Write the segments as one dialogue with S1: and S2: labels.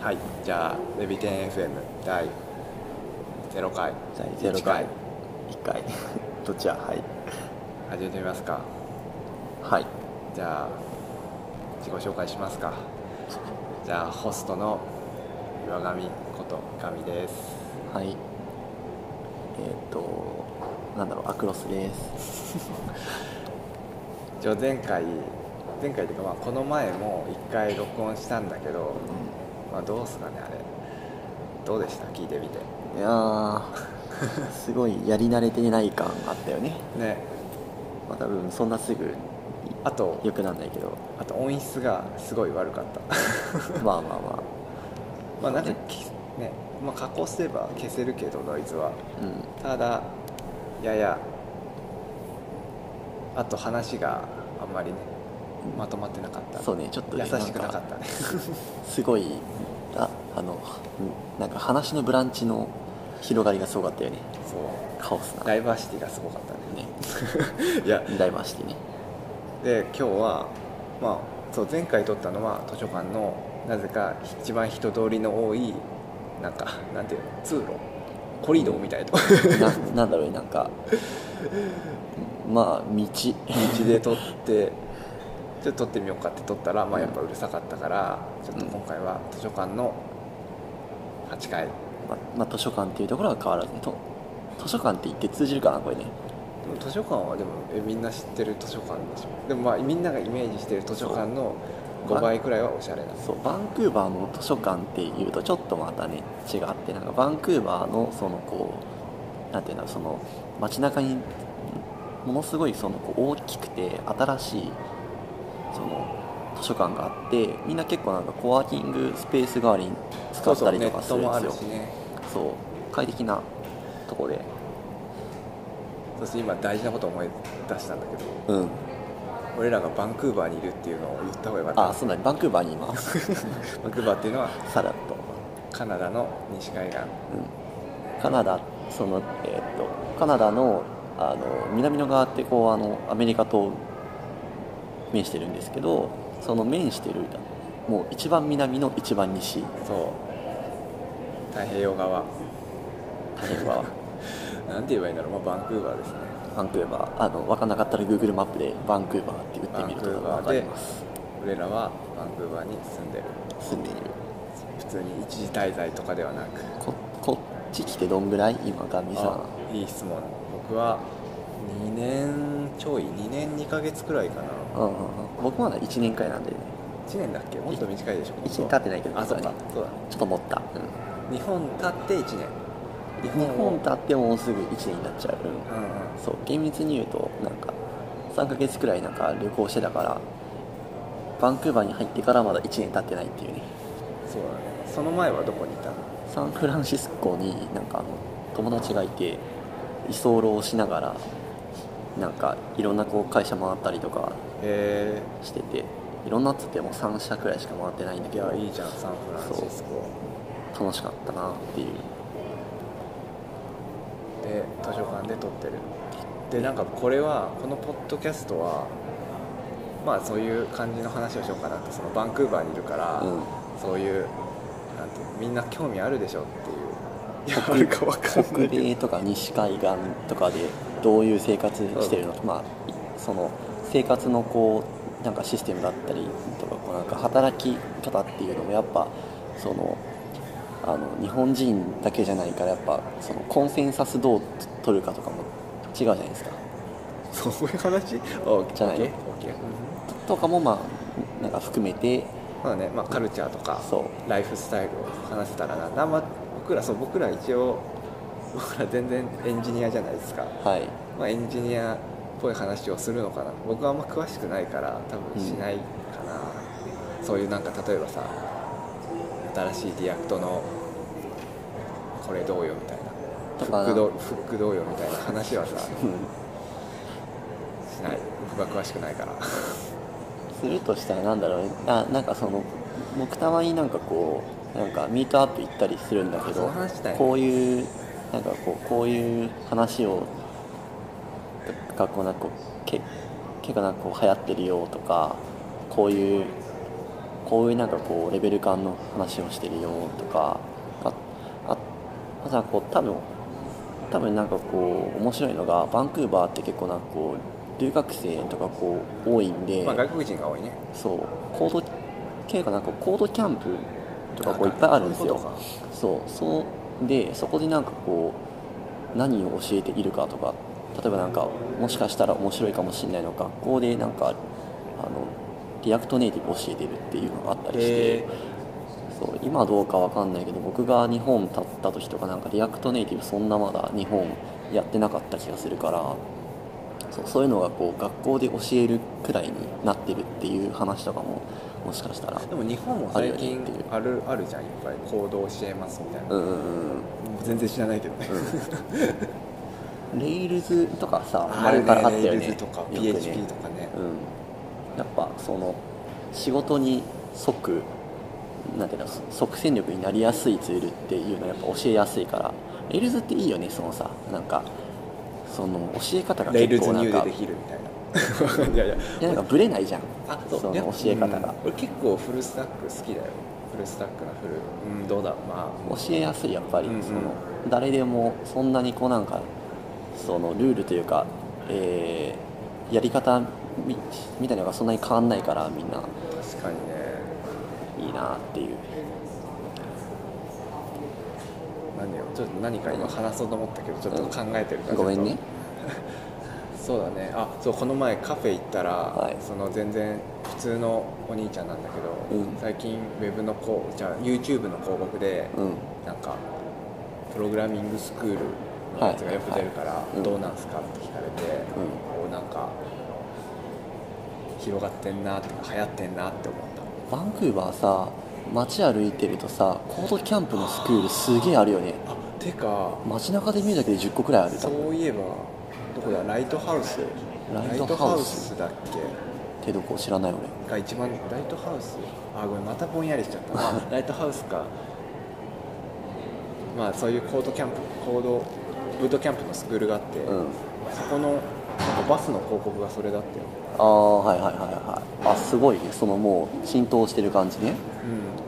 S1: はいじゃあレビテン FM 第0回
S2: 第0回1回どっちやはい
S1: 始めてみますか
S2: はい
S1: じゃあ自己紹介しますかじゃあホストの岩上こと神です
S2: はいえっ、となんだろうアクロスです
S1: 一応前回前回というかまあこの前も1回録音したんだけどまあどうすかねあれどうでした聞いてみて
S2: い やーすごいやり慣れてない感あったよね
S1: ね
S2: まあ多分そんなすぐ
S1: あと
S2: 良くなんないけ ど
S1: あと音質がすごい悪かった
S2: まあまあま
S1: まあなんかきね、まあ、加工すれば消せるけどノイズは
S2: あうん
S1: ただややあと話があんまりねまとまってなかった
S2: そうねちょっとね
S1: 優しくなかったね
S2: すごいああのうんなんか話のブランチの広がりがすごかったよね
S1: そう
S2: カオスな
S1: ダ
S2: ね
S1: イバーシティがすごかったね いや
S2: ダイバーシティね
S1: で今日はまあそう前回撮ったのは図書館のなぜか一番人通りの多いなんかなんていうの通路コリドーみたいなとこ
S2: な なんだろうねなんかまあ道
S1: 道で撮ってちょっと撮ってみようかって撮ったら、まあ、やっぱうるさかったからちょっと今回は図書館の8階
S2: ままあ、図書館っていうところは変わらずねと図書館って言って通じるかなこれね
S1: でも図書館はでもえみんな知ってる図書館でしょでもまあみんながイメージしてる図書館の5倍くらいはおしゃれな
S2: そうバンクーバーの図書館っていうとちょっとまたね違ってなんかバンクーバーのそのこうなんていうんだろうその街中にものすごいそのこう大きくて新しいその図書館があってみんな結構なんかコワーキングスペース代わりに使
S1: そう
S2: っ
S1: そ
S2: た
S1: う
S2: り
S1: ネ
S2: とか
S1: ッ
S2: す
S1: ト
S2: るん
S1: もあ
S2: です
S1: る
S2: よ
S1: しね
S2: そう快適なとこで
S1: そして今大事なこと思い出したんだけど
S2: うん
S1: 俺らがバンクーバーにいるっていうのを言った方がよかった
S2: あそうだねバンクーバーにい ます
S1: バンクーバーっていうのは
S2: さらっと
S1: カナダの西海岸
S2: カナダそのえーっとカナダのあの南の側ってこうあのアメリカと面してるんですけどその面してるもう一番南の一番西
S1: そう太平洋側
S2: 太平 洋側
S1: なんて言えばいいんだろう、まあ、バンクーバーですね
S2: バンクーバーあの分かんなかったら Google マップでバンクーバーって打ってみると
S1: バン
S2: 分
S1: クーバー
S2: か
S1: で
S2: ります
S1: 俺らはバンクーバーに住んでる
S2: 住んでいる
S1: 普通に一時滞在とかではなく
S2: ここっち来てどんぐらい今ガミさん
S1: あいい質問僕は2年ちょい2年2ヶ月くらいかな
S2: うんうんうん僕まだ1年くらいなんでね
S1: 1年だっけもっと短いでしょ
S2: 1年経ってないけど
S1: あそう
S2: ま
S1: か
S2: だね
S1: そうだ
S2: ちょっと持った、うん
S1: 日本経って1年日
S2: 日
S1: を
S2: 本経ってもうすぐ1年になっちゃう、うん
S1: うんうん
S2: そう厳密に言うとなんか3ヶ月くらいなんか旅行してたからバンクーバーに入ってからまだ1年経ってないっていうね
S1: そうだねその前はどこにいたの
S2: サンフランシスコになんかあの友達がいて居候をしながらなんかいろんなこう会社回ったりとか
S1: え
S2: してていろんなっつっても3社くらいしか回ってないん
S1: ー、
S2: だ
S1: い
S2: けど
S1: やいいじゃんサンフランシスコ
S2: 楽しかったなっていう
S1: で図書館で撮ってるでなんかこれはこのポッドキャストはまあそういう感じの話をしようかなってそのバンクーバーにいるから、
S2: うん
S1: そういうなんていうみんな興味あるでしょっていういやあるかわかんな
S2: 北
S1: いけ
S2: 米とか西海岸とかでどういう生活してるのか、まあ、いその生活のこうなんかシステムだったりとかこうなんか働き方っていうのもやっぱそのあの日本人だけじゃないからやっぱそのコンセンサスどう取るかとかも違うじゃないですか
S1: どそういう話お
S2: じゃないの
S1: OK OK
S2: とかもまあなんか含めて
S1: まあねまあ、カルチャーとか
S2: そう
S1: ライフスタイルを話せたらな、あんま僕らそう僕ら一応僕ら全然エンジニアじゃないですか、
S2: はい
S1: まあ、エンジニアっぽい話をするのかな僕はあんま詳しくないから多分しないかな、そういうなんか例えばさ新しいリアクトのこれどうよみたいな
S2: と
S1: フ
S2: か
S1: ックどうフックどうよみたいな話はさ
S2: うん
S1: しない僕は詳しくないから
S2: するとしたらなんだろうねあなんかその僕たまになんかこうなんかミートアップ行ったりするんだけ
S1: その
S2: ど
S1: 話したいね
S2: こういうなんかこうこういう話を学校なんかこうけ結構なんかこう流行ってるよとかこういうこういうなんかこうレベル感の話をしてるよとかあああとはこう多分多分なんかこう面白いのがバンクーバーって結構なんかこう留学生とかこう多いんで、
S1: まあ、外国人が多いね
S2: そうコード系がなんかコードキャンプとかこういっぱいあるんです
S1: そう
S2: よ
S1: いうことか
S2: そうそうでそこでなんかこう何を教えているかとか例えばなんかもしかしたら面白いかもしれないの学校でなんかあのリアクトネイティブ教えてるっていうのがあったりして
S1: へ
S2: そう今どうかわかんないけど僕が日本立った時とかなんかリアクトネイティブそんなまだ日本やってなかった気がするからそうそういうのがこう学校で教えるくらいになってるっていう話とかももしかしたら
S1: でも日本も最近あ
S2: あ
S1: るあるじゃんいっぱい行動教えますみたいな、
S2: うんうんうん
S1: 全然知らないけどね、
S2: レイルズとかさ
S1: あ
S2: 前
S1: る
S2: からあった
S1: ね
S2: よ
S1: レイ
S2: ね
S1: ルズとか
S2: よくね
S1: PHP とかね
S2: うん、やっぱその仕事に即なんていうの即戦力になりやすいツールっていうのはやっぱ教えやすいからレイルズっていいよねそのさなんかその教え方が
S1: レイ
S2: 結
S1: ルズ
S2: 構なん
S1: 入
S2: か
S1: でできるみ たいないやいや
S2: いやなんかブレないじゃん
S1: あ
S2: その
S1: いや
S2: 教え方
S1: う
S2: が
S1: ん、俺結構フルスタック好きだよフルスタックなフルうんどうだまあ
S2: 教えやすいやっぱり、
S1: うんうん
S2: その誰でもそんなにこうなんかそのルールというか、えーやり方みみたいなのがそんなに変わんないからみんな
S1: 確かにね
S2: いいなっていう
S1: 何をちょっと何か今話そうと思ったけどちょっと考えてるから、
S2: ごめんね
S1: そうだねあそうこの前カフェ行ったら、
S2: はい
S1: その全然普通のお兄ちゃんなんだけど、
S2: うん
S1: 最近ウェブのこうじゃあ YouTube の広告で、
S2: うん
S1: なんかプログラミングスクールのやつがよく出るから、
S2: いうん
S1: どうなんすかって聞かれて、こうなんか広がってんなってか流行ってんなって思った
S2: バンクーバーさ街歩いてるとさコードキャンプのスクールすげえあるよね
S1: あてか
S2: 街中で見るだけで10個くらいある多
S1: そ
S2: 分
S1: ういえばどこだライトハウス
S2: ライ
S1: ライ
S2: ト
S1: トハ
S2: ハウ
S1: ウ
S2: ス
S1: スだっけ
S2: 手どこ知らない俺
S1: が一番ライトハウスあごめんまたぼんやりしちゃったま あライトハウスかまあそういうコードキャンプコードブートキャンプのスクールがあって、
S2: うん
S1: そこのなんかバスの広告がそれだったよ、
S2: ああはいはいはいはいあすごいねそのもう浸透してる感じね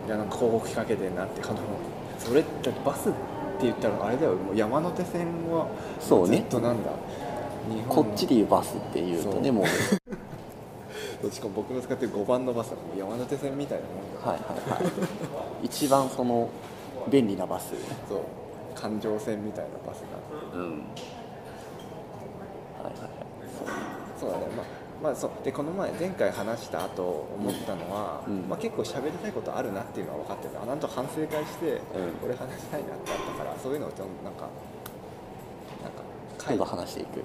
S1: うん、いやなんか広告仕掛けてんなってかのそれってバスって言ったらあれだよもう山手線は
S2: そうね
S1: ずっとなんだ日本
S2: こっちでいうバスっていうとね
S1: そう
S2: もう
S1: どっちかも僕の使ってる5番のバスはもう山手線みたいなもんだ
S2: はいはいはい一番その便利なバス
S1: そう環状線みたいなバスが
S2: うんはいはいはいそう
S1: そうだねまあまあ、そうでこの前前回話した後思ったのは、
S2: うん
S1: まあ、結構喋りたいことあるなっていうのは分かってるあなんと反省会して、
S2: ん
S1: 俺話したいなってあったからそういうのをちょっとなんかなんか
S2: 今
S1: 会
S2: 度話していく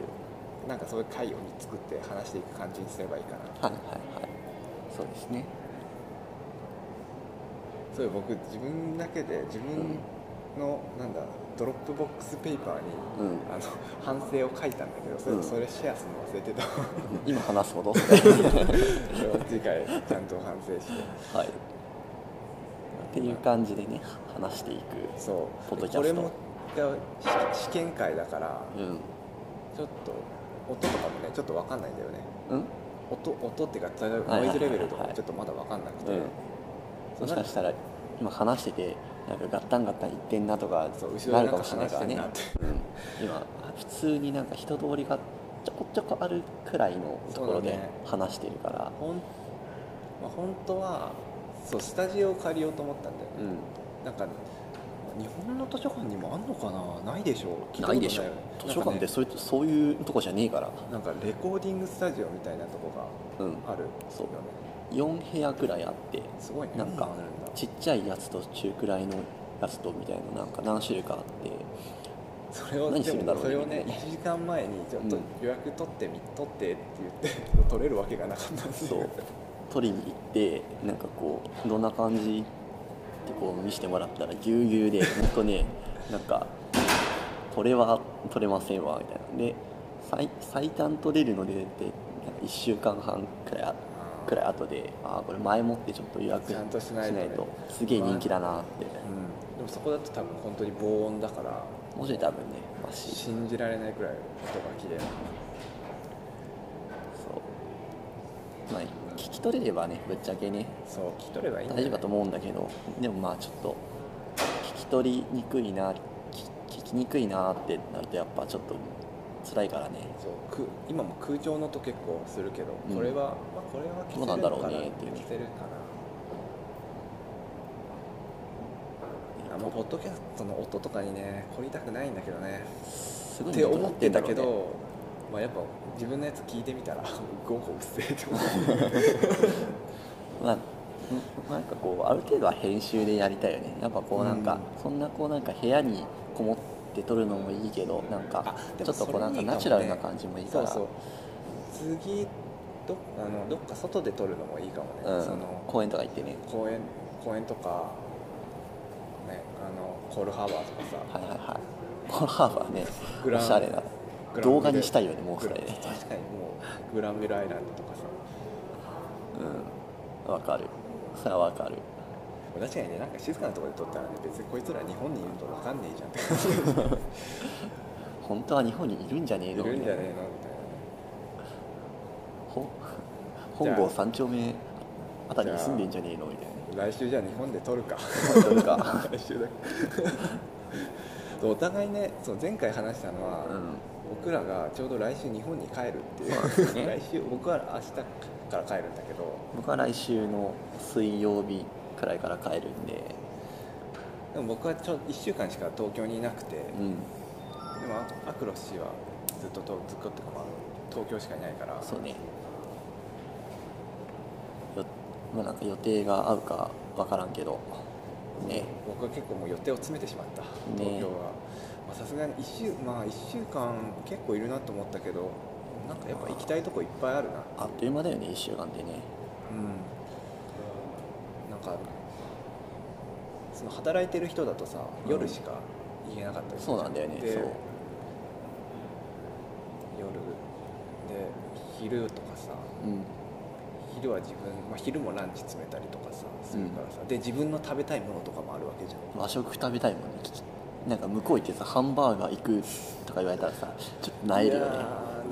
S1: なんかそういう会を作って話していく感じにすればいいかな
S2: はいはいはいそうですね
S1: そういう僕自分だけで自分の、なんだドロップボックスペーパーに、
S2: うん
S1: あの反省を書いたんだけどそれ,、
S2: うん
S1: それシェアするの忘れて た
S2: 今話す こと
S1: それを次回ちゃんと反省して
S2: はいっていう感じでね話していく
S1: そう
S2: ポッドキャスト
S1: これもいやし試験会だから
S2: うん
S1: ちょっと音とかもねちょっと分かんないんだよね
S2: うん
S1: 音音っていうか例えば
S2: はいはいはいはい
S1: ノイズレベルとかもちょっとまだ分かんなくて、
S2: うん
S1: そう
S2: もしかしたら今話しててなんかガッタンガッタン言ってんなとか
S1: そう後ろ
S2: な
S1: で
S2: る
S1: なんか
S2: かもしれない
S1: 話し
S2: から
S1: てん
S2: ね
S1: なって、
S2: うん、今普通になんか人通りがちょこちょこあるくらいのところ
S1: そ
S2: で
S1: うだね
S2: 話してるから
S1: ほん、まあ、本当はそうスタジオを借りようと思ったんだよね、なんか日本の図書館にもあんのかなないでしょ聞
S2: う
S1: いた
S2: ん、な
S1: こと
S2: いでしょ
S1: よ
S2: 図書館
S1: な
S2: って
S1: んかね
S2: そういうそういうとこじゃねえから、
S1: なんかレコーディングスタジオみたいなとこ
S2: うん、
S1: がある
S2: そう
S1: よね
S2: 4部屋くらいあって
S1: すごいね
S2: なんか
S1: あるんだ
S2: ちっちゃいやつと中くらいのやつとみたいななんか何種類かあって
S1: それを
S2: 何するんだろうね
S1: それを
S2: み
S1: ね
S2: んなね
S1: 1時間前にちょっ
S2: う
S1: と
S2: ん
S1: 予約取ってみ、取ってって言って取れるわけがなかったんです
S2: そ
S1: よ
S2: う取りに行ってなんかこうどんな感じってこう見せてもらったらぎゅうぎゅうで本当ね なんか取れは取れませんわみたいなで最最短取れるのでってなんか1週間半くらいあくらい後でああこれ前もってちょっと予約
S1: ちゃんとしないとね
S2: すげえ人気だなって
S1: うん、でもそこだと多分本当に防音だから
S2: もし多分ねマシ
S1: 信じられないくらい音が綺麗な
S2: そうまあ聞き取れればねぶっちゃけね
S1: そう聞き取ればいいんだ
S2: 大
S1: よね
S2: 丈夫だと思うんだけどでもまあちょっと聞き取りにくいな聞聞きにくいなってなるとやっぱちょっと辛いからね
S1: そうく今も空調の音結構するけど、
S2: うん
S1: これは、まあ、これは消せるの
S2: どうなんだろ
S1: か
S2: う
S1: な
S2: ねっていう
S1: 消せるかなあもうポッドキャストの音とかにね凝りたくないんだけどね
S2: すご
S1: っ
S2: い
S1: て
S2: どう
S1: 思
S2: な
S1: ってんだけ
S2: ろうね
S1: どまあ、やっぱ自分のやつ聞いてみたら ゴーゴーうっせえって思う
S2: まあんなんかこうある程度は編集でやりたいよねやっぱこうなんか、
S1: う
S2: そんなこうなんか部屋にこもって撮るのもいいけどなんか
S1: あ
S2: ち
S1: で
S2: ょ
S1: も
S2: っとこうなん
S1: そ
S2: か
S1: れいいかもね
S2: ナチュラルな感じもいいか
S1: そう
S2: ら
S1: そう次どあのどっか外で撮るのもいいかもね、
S2: うん
S1: その
S2: 公園とか行ってね
S1: 公園公園とか、ね、あのコールハーバーとかさ
S2: はいはいはいコラハーバーね
S1: グラ
S2: お
S1: ン
S2: しゃれな
S1: グランベル
S2: 動画にしたいよねもうそれ
S1: グラ確かにもうグランベルアイランドとかさ
S2: うんわかる それはわかる
S1: 確かにねなんか静かなところで撮ったらね別にこいつら日本にいると分かんねえじゃんって
S2: 本当は日本にいるんじゃねえ
S1: い
S2: の
S1: るんじゃねえのみ
S2: ほ本郷三丁目あたりに住んでんじゃねえのみたい
S1: たいな来週じゃあ日本で撮るか
S2: ななんか
S1: 来週だそう お互いねそう前回話したのは、
S2: うん
S1: 僕らがちょうど来週日本に帰るっていう
S2: そうです ね
S1: 来週僕は明日から帰るんだけど
S2: 僕は来週の水曜日くらいから帰るんで、
S1: でも僕はちょ1週間しか東京にいなくて、
S2: うん、
S1: でもアクロス氏はずっととずっとってかまあ東京しかいないから
S2: そうねよまあなんか予定が合うかわからんけどね
S1: 僕は結構もう予定を詰めてしまった東京はまあさすがに1週まあ一週間結構いるなと思ったけどなんかやっぱ行きたいとこいっぱいあるな
S2: あっという間だよね1週間でね
S1: うんなんかその働いてる人だとさ
S2: うん
S1: 夜しか行けなかったりす
S2: そ
S1: る
S2: う
S1: じゃ
S2: なんだよね
S1: で
S2: そう
S1: 夜で昼とかさ
S2: うん
S1: 昼は自分、まあ、昼もランチ詰めたりとかさするからさ、で自分の食べたいものとかもあるわけじゃん
S2: 和食食べたいもんねきなんか向こう行ってさハンバーガー行くとか言われたらさちょっと萎えるよね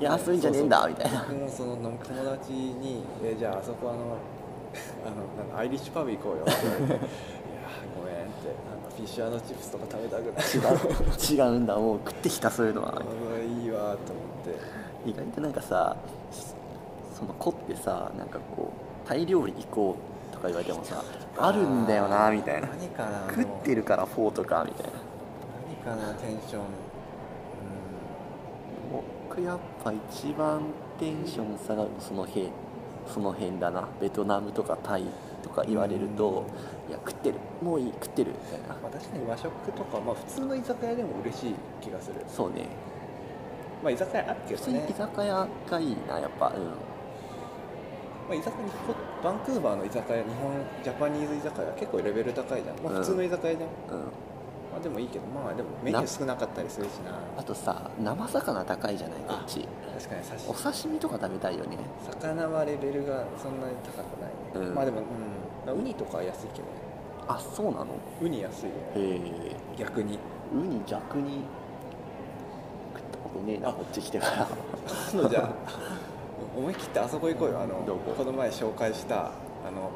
S2: いやそういうんじゃねえんだみたいな
S1: 僕もその友達に「えじゃああそこあの あのなんかアイリッシュパブ行こ うよ」って言われて「いやごめん」ってなんかフィッシュチップスとか食べたくない わ
S2: 違うんだもう食ってきたそういうのは
S1: あいいわと思って
S2: 意外となんかさその子ってさなんかこうタイ料理行こうとか言われてもさあるんだよなみたいな
S1: 何かな
S2: 食って
S1: る
S2: るからフォーとかみたいな
S1: 何かなテンションうん
S2: 僕やっぱ一番テンション下がるのその辺その辺だなベトナムとかタイとか言われるといや食ってるもういい食ってるみたいな
S1: まあ、確かに和食とか、まあ、普通の居酒屋でも嬉しい気がする、
S2: そうね
S1: まあ、居酒屋あるけ
S2: 普
S1: ど
S2: 通に
S1: ね
S2: 居酒屋がいいなやっぱうん
S1: まあ、居酒屋にこバンクーバーの居酒屋日本ジャパニーズ居酒屋結構レベル高いじゃん、まあ、
S2: うん
S1: 普通の居酒屋じゃん、
S2: うん
S1: まあ、でもいいけどまあでもメニュー少なかったりするしな
S2: あとさ生魚高いじゃないこっち
S1: 確かに刺し
S2: お刺身とか食べたいよね
S1: 魚はレベルがそんなに高くないね、
S2: うん
S1: まあでも、うんまあウニとかは安いけどね
S2: あそうなの
S1: ウニ安いよ
S2: へえ
S1: 逆に
S2: ウニ逆に食ったことねえなこっち来てから
S1: 今度じゃあ思い切ってあそこ行こうよあの
S2: どこ
S1: この前紹介したあのあの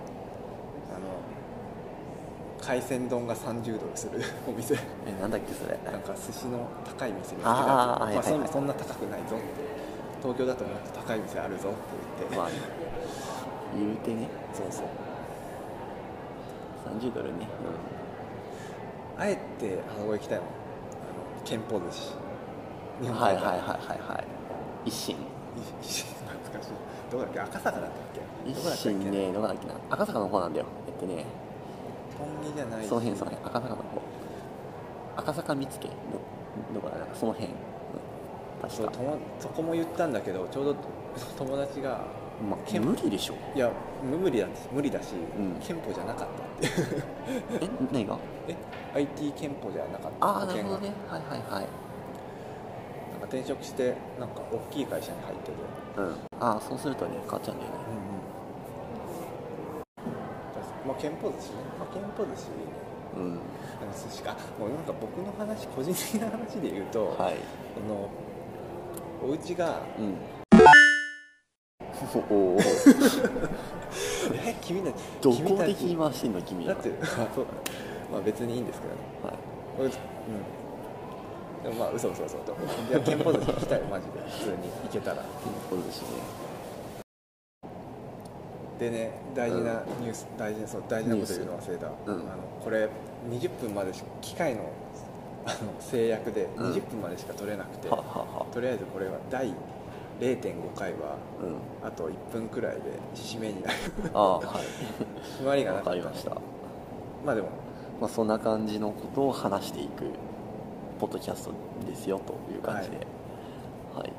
S1: 海鮮丼が30ドル するお店
S2: えなんだっけそれ
S1: なんか寿司の高い店見つけた
S2: あーはい
S1: まあ、そ
S2: はいは
S1: ん
S2: い
S1: そんな高くないぞって東京だともっと高い店あるぞって言って、
S2: まあ言うてね
S1: そうそう
S2: 30ドルね、
S1: あえてあそこ行きたいもんあの憲法寿司
S2: うん、はいはいはいはいはい一心
S1: いいし懐かしいどこだっけ赤坂だったっけどこだ
S2: 一
S1: ったっ
S2: 心
S1: け
S2: ねどこだっけな赤坂の方なんだよえっとね
S1: 本気じゃないし
S2: その辺その辺赤坂の方赤坂見つけどどこだなんかその辺うん
S1: そ
S2: 確
S1: う
S2: か
S1: ともそこも言ったんだけどちょうど 友達が
S2: ま
S1: けん
S2: 無理でしょ
S1: いや無理だ無理だし、
S2: ん
S1: 憲法じゃなかったって
S2: え何が
S1: え IT 憲法じゃなかった
S2: ああ
S1: 保
S2: なる
S1: 険
S2: ほど
S1: が
S2: ねはいはいはい
S1: なんか転職してなんか大きい会社に入ってて、
S2: うんああそうするとね変わっちゃうんだよね
S1: まあ憲法寿司ね、まあ、憲法寿司
S2: うん
S1: でも寿司かもうなんか僕の話個人的な話で言うと、
S2: はい
S1: そのお家が
S2: うんお お
S1: え君たち
S2: ど
S1: 君
S2: こ
S1: た
S2: で
S1: ち
S2: 言い回してんの君
S1: だ
S2: は
S1: って そうだねまあ別にいいんですけどね
S2: はい
S1: 俺うんでもまあ嘘嘘嘘といや憲法寿司行きたいよマジで普通に行けたら
S2: そうですよね
S1: でね大事なニュース、大事なそう大事なこと言うの忘れた、
S2: うん
S1: あのこれ20分までし機械のあの制約で
S2: うん
S1: 20分までしか取れなくて、
S2: ははは
S1: とりあえずこれは第0.5回は
S2: うん
S1: あと1分くらいで締めになる
S2: ああはい
S1: 決まりがな
S2: わ
S1: か
S2: か
S1: った、
S2: りました、
S1: まあでも
S2: まあ、そんな感じのことを話していくポッドキャストですよという感じではい、